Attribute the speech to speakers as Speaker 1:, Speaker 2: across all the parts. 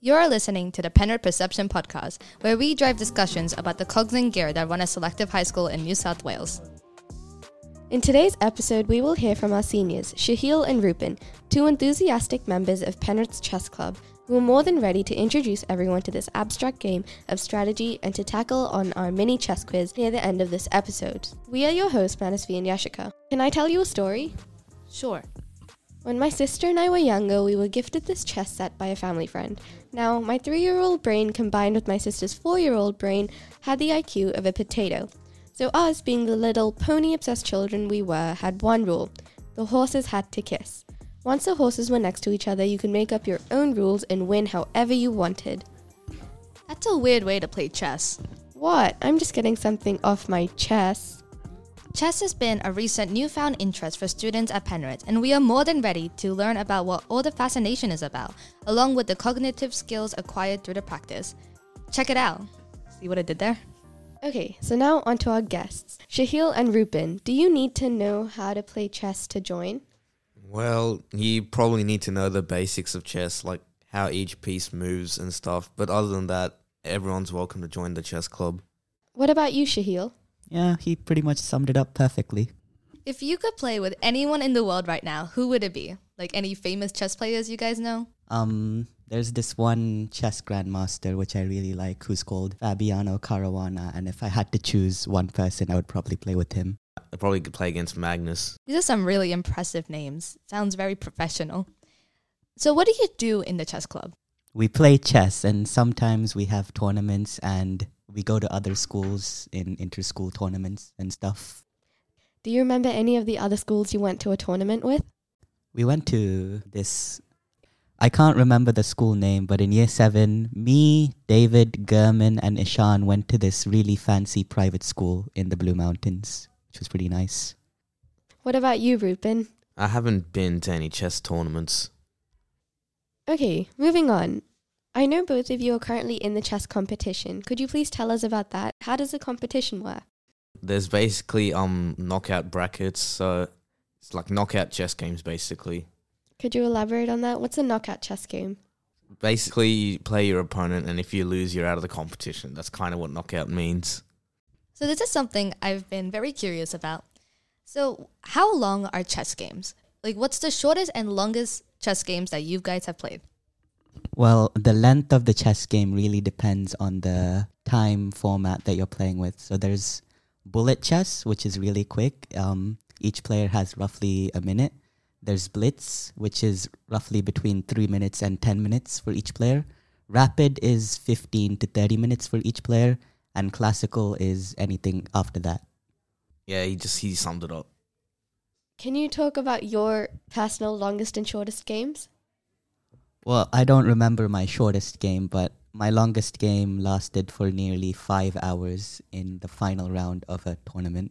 Speaker 1: You're listening to the Penrith Perception Podcast, where we drive discussions about the cogs and gear that run a selective high school in New South Wales.
Speaker 2: In today's episode, we will hear from our seniors, Shahil and Rupin, two enthusiastic members of Penrith's chess club, who are more than ready to introduce everyone to this abstract game of strategy and to tackle on our mini chess quiz near the end of this episode. We are your hosts, Manasvi and Yashika. Can I tell you a story?
Speaker 1: Sure.
Speaker 2: When my sister and I were younger, we were gifted this chess set by a family friend. Now, my three year old brain combined with my sister's four year old brain had the IQ of a potato. So, us, being the little pony obsessed children we were, had one rule the horses had to kiss. Once the horses were next to each other, you could make up your own rules and win however you wanted.
Speaker 1: That's a weird way to play chess.
Speaker 2: What? I'm just getting something off my chest.
Speaker 1: Chess has been a recent newfound interest for students at Penrith, and we are more than ready to learn about what all the fascination is about, along with the cognitive skills acquired through the practice. Check it out. See what I did there?
Speaker 2: Okay, so now on to our guests. Shahil and Rupin, do you need to know how to play chess to join?
Speaker 3: Well, you probably need to know the basics of chess, like how each piece moves and stuff. But other than that, everyone's welcome to join the chess club.
Speaker 2: What about you, Shahil?
Speaker 4: Yeah, he pretty much summed it up perfectly.
Speaker 1: If you could play with anyone in the world right now, who would it be? Like any famous chess players you guys know?
Speaker 4: Um, there's this one chess grandmaster which I really like, who's called Fabiano Caruana, and if I had to choose one person, I would probably play with him.
Speaker 3: I probably could play against Magnus.
Speaker 1: These are some really impressive names. Sounds very professional. So, what do you do in the chess club?
Speaker 4: We play chess, and sometimes we have tournaments, and we go to other schools in inter-school tournaments and stuff.
Speaker 2: Do you remember any of the other schools you went to a tournament with?
Speaker 4: We went to this. I can't remember the school name, but in year seven, me, David, German, and Ishan went to this really fancy private school in the Blue Mountains, which was pretty nice.
Speaker 2: What about you, Rupin?
Speaker 3: I haven't been to any chess tournaments.
Speaker 2: Okay, moving on. I know both of you are currently in the chess competition. Could you please tell us about that? How does the competition work?
Speaker 3: There's basically um knockout brackets, so it's like knockout chess games basically.
Speaker 2: Could you elaborate on that? What's a knockout chess game?
Speaker 3: Basically, you play your opponent, and if you lose, you're out of the competition. That's kind of what knockout means.
Speaker 1: So, this is something I've been very curious about. So, how long are chess games? Like, what's the shortest and longest chess games that you guys have played?
Speaker 4: Well, the length of the chess game really depends on the time format that you're playing with. So there's bullet chess, which is really quick. Um, each player has roughly a minute. There's blitz, which is roughly between three minutes and 10 minutes for each player. Rapid is 15 to 30 minutes for each player. And classical is anything after that.
Speaker 3: Yeah, he just he summed it up.
Speaker 2: Can you talk about your personal longest and shortest games?
Speaker 4: Well, I don't remember my shortest game, but my longest game lasted for nearly five hours in the final round of a tournament.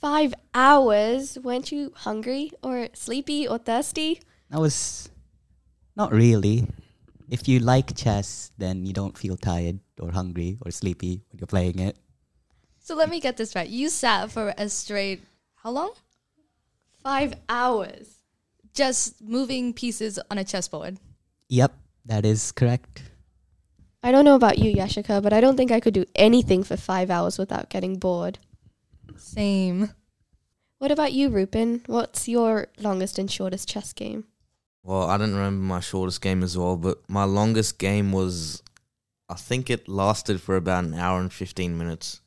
Speaker 2: Five hours? Weren't you hungry or sleepy or thirsty?
Speaker 4: I was not really. If you like chess, then you don't feel tired or hungry or sleepy when you're playing it.
Speaker 1: So, let me get this right. You sat for a straight, how long?
Speaker 2: Five hours.
Speaker 1: Just moving pieces on a chessboard.
Speaker 4: Yep, that is correct.
Speaker 2: I don't know about you, Yashika, but I don't think I could do anything for five hours without getting bored.
Speaker 1: Same.
Speaker 2: What about you, Rupin? What's your longest and shortest chess game?
Speaker 3: Well, I don't remember my shortest game as well, but my longest game was, I think it lasted for about an hour and 15 minutes.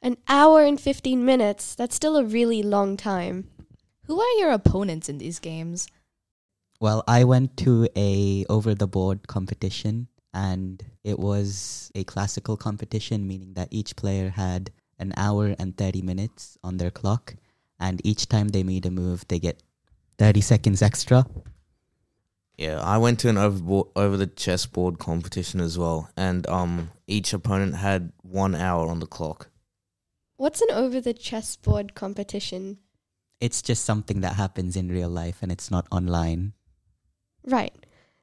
Speaker 2: An hour and 15 minutes. That's still a really long time.
Speaker 1: Who are your opponents in these games?
Speaker 4: Well, I went to a over the board competition and it was a classical competition meaning that each player had an hour and 30 minutes on their clock and each time they made a move they get 30 seconds extra.
Speaker 3: Yeah, I went to an overboard, over the chessboard competition as well, and um, each opponent had one hour on the clock.
Speaker 2: What's an over the chessboard competition?
Speaker 4: It's just something that happens in real life and it's not online.
Speaker 2: Right.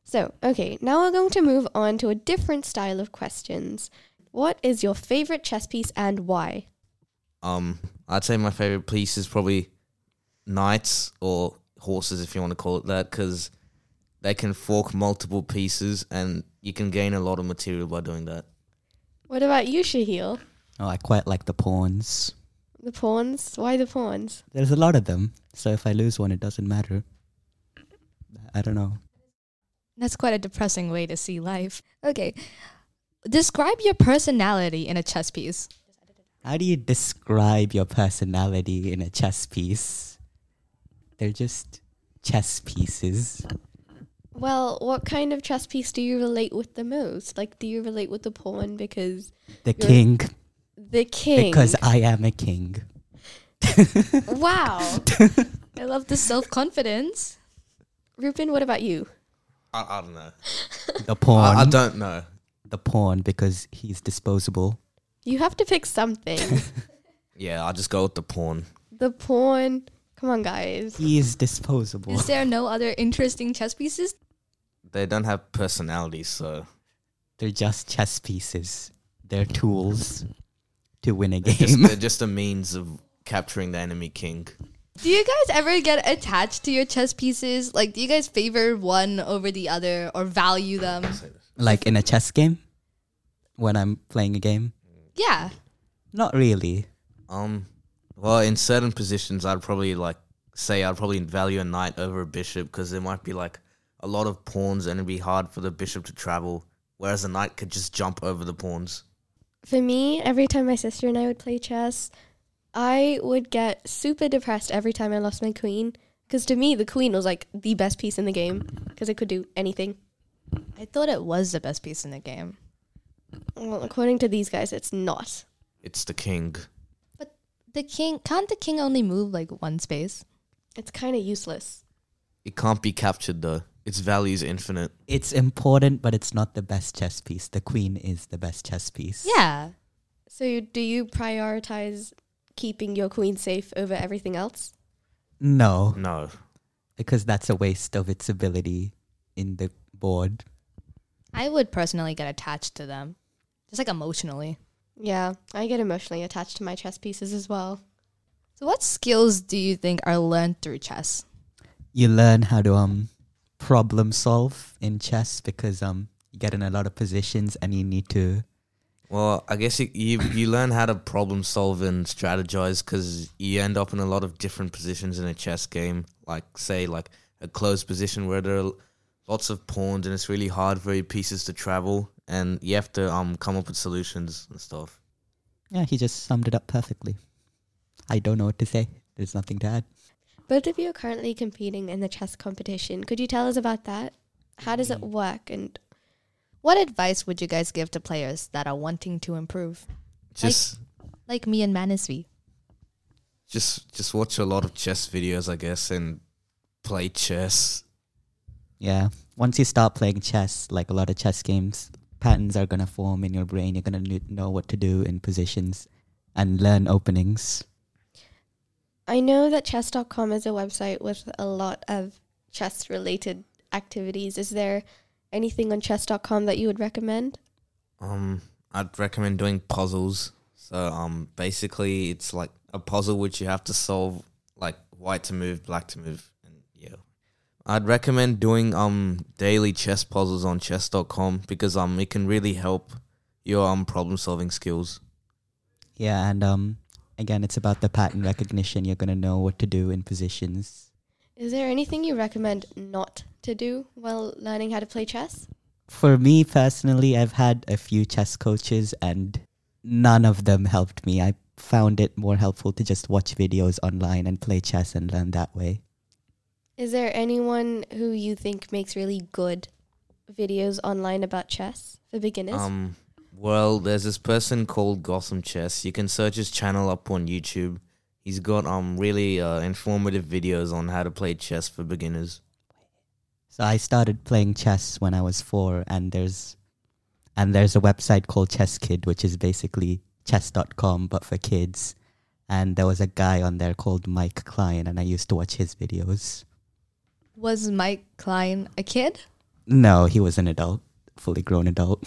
Speaker 2: So, okay, now we're going to move on to a different style of questions. What is your favorite chess piece and why?
Speaker 3: Um, I'd say my favorite piece is probably knights or horses, if you want to call it that, because they can fork multiple pieces, and you can gain a lot of material by doing that.
Speaker 2: What about you, Shahil?
Speaker 4: Oh, I quite like the pawns.
Speaker 2: The pawns? Why the pawns?
Speaker 4: There's a lot of them, so if I lose one, it doesn't matter. I don't know.
Speaker 1: That's quite a depressing way to see life. Okay. Describe your personality in a chess piece.
Speaker 4: How do you describe your personality in a chess piece? They're just chess pieces.
Speaker 2: Well, what kind of chess piece do you relate with the most? Like, do you relate with the pawn because
Speaker 4: The
Speaker 2: You're-
Speaker 4: king,
Speaker 2: the king?
Speaker 4: because I am a king.
Speaker 2: wow,
Speaker 1: I love the self confidence.
Speaker 2: Ruben, what about you?
Speaker 3: I, I don't know.
Speaker 4: The pawn,
Speaker 3: I, I don't know.
Speaker 4: the pawn, because he's disposable.
Speaker 2: You have to pick something.
Speaker 3: Yeah, I just go with the pawn.
Speaker 2: the pawn. Come on, guys.
Speaker 4: He is disposable.
Speaker 1: Is there no other interesting chess pieces?
Speaker 3: They don't have personalities, so
Speaker 4: They're just chess pieces. They're tools to win a
Speaker 3: they're
Speaker 4: game.
Speaker 3: just, they're just a means of capturing the enemy king.
Speaker 1: Do you guys ever get attached to your chess pieces? Like, do you guys favor one over the other or value them?
Speaker 4: like in a chess game, when I'm playing a game.
Speaker 1: Yeah.
Speaker 4: Not really.
Speaker 3: Um, well, in certain positions, I'd probably like say I'd probably value a knight over a bishop because there might be like a lot of pawns and it'd be hard for the bishop to travel, whereas a knight could just jump over the pawns.
Speaker 2: For me, every time my sister and I would play chess, I would get super depressed every time I lost my queen. Because to me, the queen was like the best piece in the game because it could do anything.
Speaker 1: I thought it was the best piece in the game.
Speaker 2: Well, according to these guys, it's not.
Speaker 3: It's the king.
Speaker 1: The king, can't the king only move like one space?
Speaker 2: It's kind of useless.
Speaker 3: It can't be captured though. Its value is infinite.
Speaker 4: It's important, but it's not the best chess piece. The queen is the best chess piece.
Speaker 1: Yeah.
Speaker 2: So, you- do you prioritize keeping your queen safe over everything else?
Speaker 4: No,
Speaker 3: No,
Speaker 4: because that's a waste of its ability in the board.
Speaker 1: I would personally get attached to them, just like emotionally.
Speaker 2: Yeah, I get emotionally attached to my chess pieces as well.
Speaker 1: So, what skills do you think are learned through chess?
Speaker 4: You learn how to um problem solve in chess because um you get in a lot of positions and you need to
Speaker 3: Well, I guess you you, you learn how to problem solve and strategize because you end up in a lot of different positions in a chess game. Like say, like a closed position where there are lots of pawns and it's really hard for your pieces to travel, and you have to um come up with solutions and stuff.
Speaker 4: yeah. He just summed it up perfectly. I don't know what to say. There's nothing to add.
Speaker 2: Both of you are currently competing in the chess competition. Could you tell us about that? How does it work? And
Speaker 1: What advice would you guys give to players that are wanting to improve,
Speaker 3: Just
Speaker 1: like me and Manasvi?
Speaker 3: just just watch a lot of chess videos, I guess, and play chess.
Speaker 4: Yeah. Once you start playing chess, like a lot of chess games, patterns are going to form in your brain. You're going to know what to do in positions and learn openings.
Speaker 2: I know that chess.com is a website with a lot of chess related activities. Is there anything on chess.com that you would recommend?
Speaker 3: Um, I'd recommend doing puzzles. So, um, basically, it's like a puzzle which you have to solve, like white to move, black to move, and yeah. I'd recommend doing um daily chess puzzles on chess.com because um it can really help your um problem solving skills.
Speaker 4: Yeah. And um, again, it's about the pattern recognition. You're going to know what to do in positions.
Speaker 2: Is there anything you recommend not to do while learning how to play chess?
Speaker 4: For me personally, I've had a few chess coaches and none of them helped me. I found it more helpful to just watch videos online and play chess and learn that way.
Speaker 2: Is there anyone who you think makes really good videos online about chess for beginners?
Speaker 3: Um, well, there's this person called Gotham Chess. You can search his channel up on YouTube. He's got um really uh, informative videos on how to play chess for beginners.
Speaker 4: So I started playing chess when I was four, and there's and there's a website called Chess Kid, which is basically chess.com but for kids. And there was a guy on there called Mike Klein, and I used to watch his videos.
Speaker 1: Was Mike Klein a kid?
Speaker 4: No, he was an adult, fully grown adult.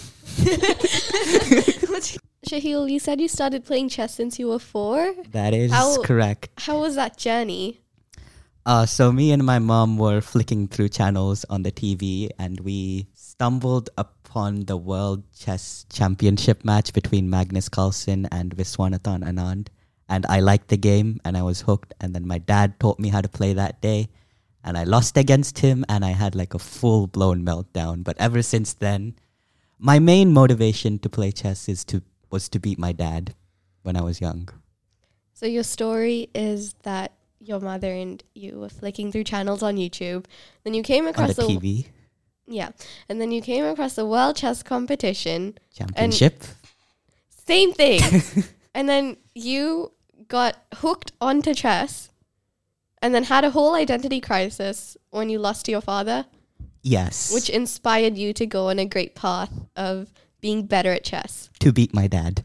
Speaker 2: Shahil, you said you started playing chess since you were four.
Speaker 4: That is
Speaker 2: How-
Speaker 4: correct.
Speaker 2: How was that journey?
Speaker 4: Uh, so me and my mom were flicking through channels on the TV, and we stumbled upon the World Chess Championship match between Magnus Carlsen and Viswanathan Anand. And I liked the game, and I was hooked. And then my dad taught me how to play that day, and I lost against him, and I had like a full blown meltdown. But ever since then, my main motivation to play chess is to was to beat my dad when I was young.
Speaker 2: So your story is that your mother and you were flicking through channels on YouTube, then you came
Speaker 4: on
Speaker 2: across
Speaker 4: the TV
Speaker 2: yeah, and then you came across the World Chess Competition.
Speaker 4: championship.
Speaker 2: Same thing. and then you got hooked onto chess, and then had a whole identity crisis when you lost to your father,
Speaker 4: yes,
Speaker 2: which inspired you to go on a great path of being better at chess.
Speaker 4: to beat my dad.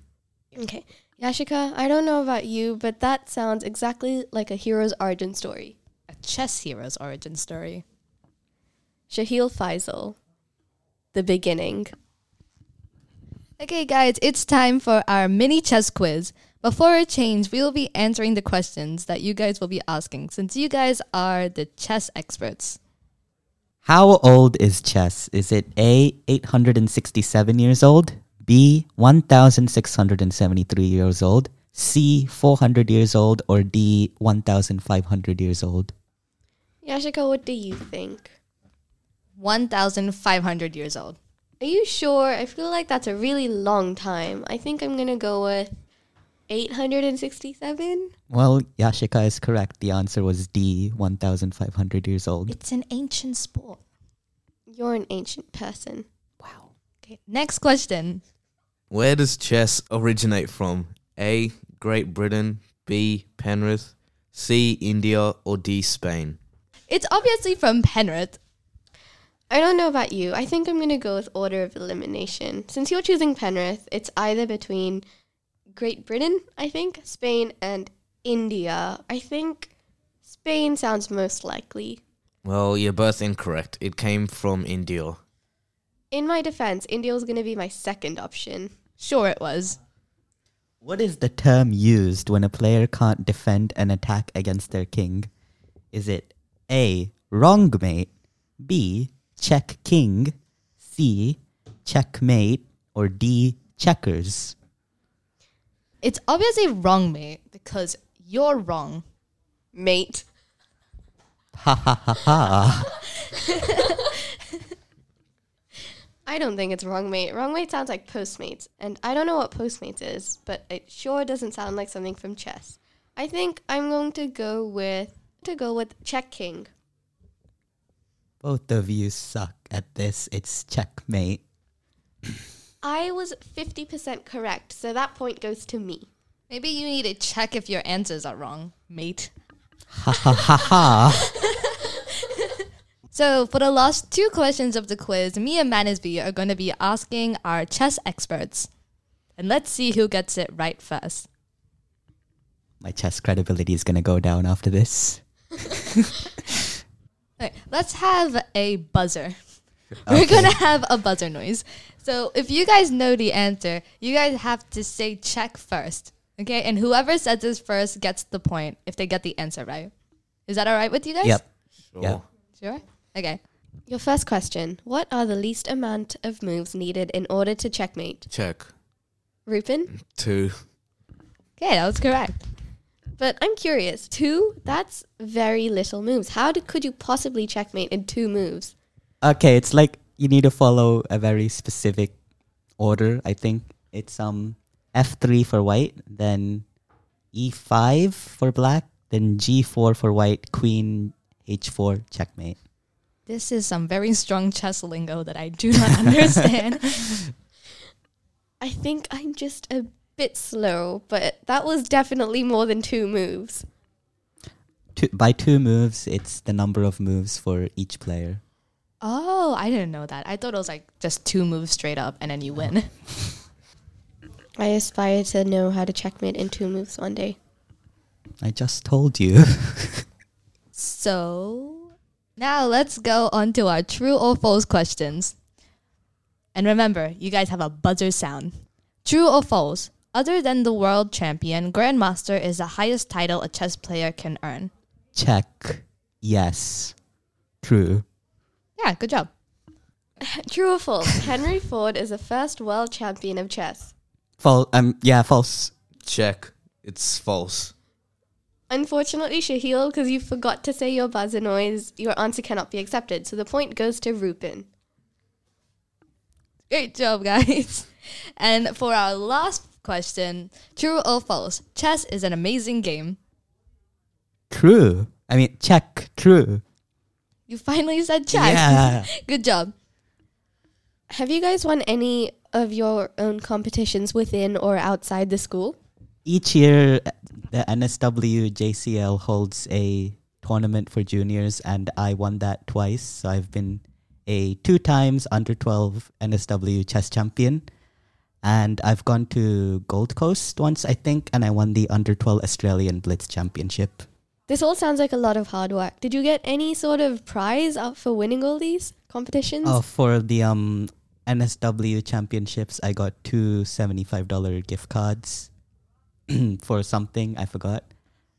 Speaker 2: Okay. Yashika, I don't know about you, but that sounds exactly like a hero's origin story.
Speaker 1: A chess hero's origin story.
Speaker 2: Shahil Faisal, the beginning.
Speaker 1: Okay, guys, it's time for our mini chess quiz. Before a change, we will be answering the questions that you guys will be asking since you guys are the chess experts.
Speaker 4: How old is chess? Is it A, 867 years old, B, 1,673 years old, C, 400 years old, or D, 1,500 years old?
Speaker 2: Yashika, what do you think?
Speaker 1: 1,500 years old.
Speaker 2: Are you sure? I feel like that's a really long time. I think I'm going to go with 867.
Speaker 4: Well, Yashika is correct. The answer was D, 1,500 years old.
Speaker 1: It's an ancient sport.
Speaker 2: You're an ancient person.
Speaker 4: Wow.
Speaker 1: Okay, next question.
Speaker 3: Where does chess originate from? A. Great Britain. B. Penrith. C. India. Or D. Spain.
Speaker 1: It's obviously from Penrith.
Speaker 2: I don't know about you. I think I'm going to go with order of elimination. Since you're choosing Penrith, it's either between Great Britain, I think, Spain, and India. I think Spain sounds most likely.
Speaker 3: Well, you're both incorrect. It came from India.
Speaker 2: In my defense, India was going to be my second option.
Speaker 1: Sure, it was.
Speaker 4: What is the term used when a player can't defend an attack against their king? Is it A, wrong mate, B, check king, C, checkmate, or D, checkers?
Speaker 1: It's obviously wrong, mate, because you're wrong.
Speaker 2: Mate.
Speaker 4: Ha ha ha ha.
Speaker 2: I don't think it's wrong mate. Wrong mate sounds like Postmates, and I don't know what Postmates is, but it sure doesn't sound like something from chess. I think I'm going to go with to go with check king.
Speaker 4: Both of you suck at this. It's checkmate.
Speaker 2: I was 50% correct, so that point goes to me.
Speaker 1: Maybe you need to check if your answers are wrong, mate.
Speaker 4: Ha ha ha ha.
Speaker 1: So, for the last two questions of the quiz, me and Manisby are going to be asking our chess experts. And let's see who gets it right first.
Speaker 4: My chess credibility is going to go down after this.
Speaker 1: Okay, let's have a buzzer. We're going to have a buzzer noise. So, if you guys know the answer, you guys have to say check first. Okay? And whoever says this first gets the point if they get the answer right. Is that all right with you guys?
Speaker 4: Yep.
Speaker 3: Sure.
Speaker 4: Yeah.
Speaker 1: Sure. Okay.
Speaker 2: Your first question What are the least amount of moves needed in order to checkmate?
Speaker 3: Check.
Speaker 2: Rupin?
Speaker 3: Two.
Speaker 1: Okay, that was correct.
Speaker 2: But I'm curious, two? That's very little moves. How did, could you possibly checkmate in two moves?
Speaker 4: Okay, it's like you need to follow a very specific order. I think it's um F three for white, then E five for black, then G four for white, Queen H four checkmate.
Speaker 1: This is some very strong chess lingo that I do not understand.
Speaker 2: I think I'm just a bit slow, but that was definitely more than two moves.
Speaker 4: Two, by two moves, it's the number of moves for each player.
Speaker 1: Oh, I didn't know that. I thought it was like just two moves straight up and then you win.
Speaker 2: I aspire to know how to checkmate in two moves one day.
Speaker 4: I just told you.
Speaker 1: So now let's go on to our true or false questions. And remember, you guys have a buzzer sound. True or false? Other than the world champion, Grandmaster is the highest title a chess player can earn.
Speaker 4: Check Yes. True.
Speaker 1: Yeah, good job.
Speaker 2: True or false? Henry Ford is the first world champion of chess.
Speaker 4: False. Um. Yeah. False.
Speaker 3: Check. It's false.
Speaker 2: Unfortunately, Shahil, because you forgot to say your buzzer noise, your answer cannot be accepted. So the point goes to Rupin.
Speaker 1: Great job, guys. And for our last question, true or false? Chess is an amazing game.
Speaker 4: True. I mean, check. True.
Speaker 1: You finally said chess.
Speaker 4: Yeah.
Speaker 1: Good job.
Speaker 2: Have you guys won any of your own competitions within or outside the school?
Speaker 4: Each year, the NSW JCL holds a tournament for juniors, and I won that twice. So I've been a two times under 12 NSW chess champion. And I've gone to Gold Coast once, I think, and I won the under 12 Australian Blitz Championship.
Speaker 2: This all sounds like a lot of hard work. Did you get any sort of prize out for winning all these competitions?
Speaker 4: Oh, for the um NSW championships, I got two seventy-five dollar gift cards for something I forgot,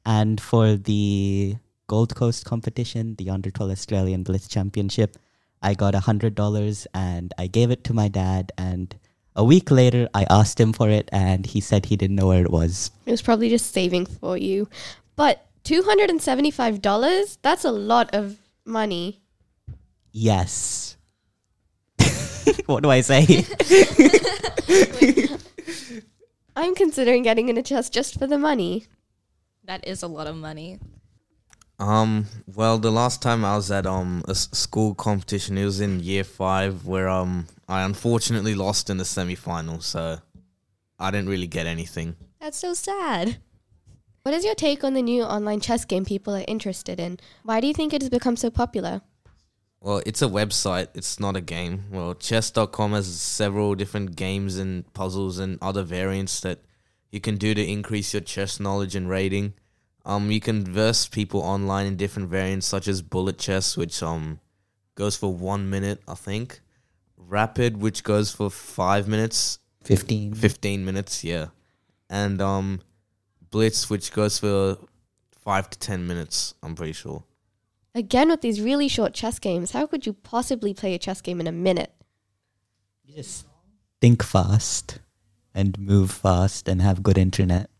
Speaker 4: and for the Gold Coast competition, the under twelve Australian Blitz Championship, I got hundred dollars, and I gave it to my dad. And a week later, I asked him for it, and he said he didn't know where it was.
Speaker 2: It was probably just saving for you. But $275, that's a lot of money.
Speaker 4: Yes. what do I say?
Speaker 2: I'm considering getting in a chess just for the money.
Speaker 1: That is a lot of money.
Speaker 3: Um. Well, the last time I was at um a s- school competition, it was in year five, where um I unfortunately lost in the semi final, so I didn't really get anything.
Speaker 1: That's so sad.
Speaker 2: What is your take on the new online chess game people are interested in? Why do you think it has become so popular?
Speaker 3: Well, it's a website. It's not a game. Well, chess.com has several different games and puzzles and other variants that you can do to increase your chess knowledge and rating. Um, you can verse people online in different variants such as bullet chess, which um goes for one minute, I think. Rapid, which goes for five minutes,
Speaker 4: Fifteen.
Speaker 3: fifteen minutes, yeah. And um, blitz, which goes for five to ten minutes. I'm pretty sure.
Speaker 2: Again, with these really short chess games, how could you possibly play a chess game in a minute?
Speaker 4: You just think fast and move fast and have good internet.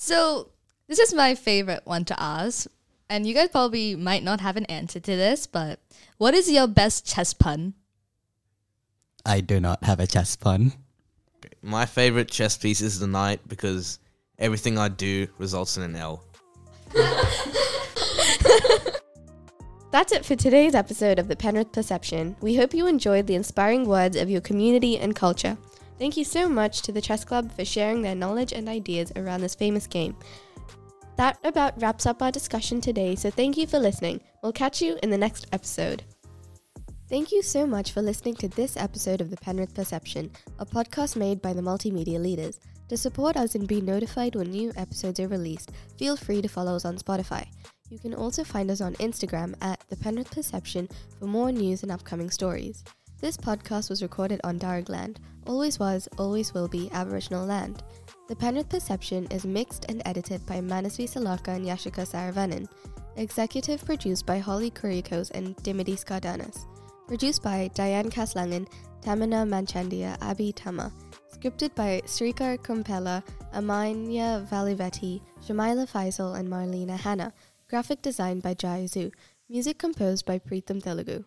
Speaker 1: So, this is my favorite one to ask. And you guys probably might not have an answer to this, but what is your best chess pun?
Speaker 4: I do not have a chess pun.
Speaker 3: My favorite chess piece is the knight because everything I do results in an L.
Speaker 2: That's it for today's episode of the Penrith Perception. We hope you enjoyed the inspiring words of your community and culture. Thank you so much to the Chess Club for sharing their knowledge and ideas around this famous game. That about wraps up our discussion today, so thank you for listening. We'll catch you in the next episode. Thank you so much for listening to this episode of The Penrith Perception, a podcast made by the Multimedia Leaders. To support us and be notified when new episodes are released, feel free to follow us on Spotify. You can also find us on Instagram at The Penrith Perception for more news and upcoming stories. This podcast was recorded on Darug land, always was, always will be Aboriginal land. The Penrith Perception is mixed and edited by Manasvi Salaka and Yashika Saravanan. Executive produced by Holly Kurikos and Dimity Skardanas. Produced by Diane Kaslangan, Tamina Manchandia, Abhi Tama. Scripted by Srikar Kumpela, Amanya Valivetti, Shamila Faisal, and Marlena Hanna. Graphic design by Jai Zhu. Music composed by Preetham Telugu.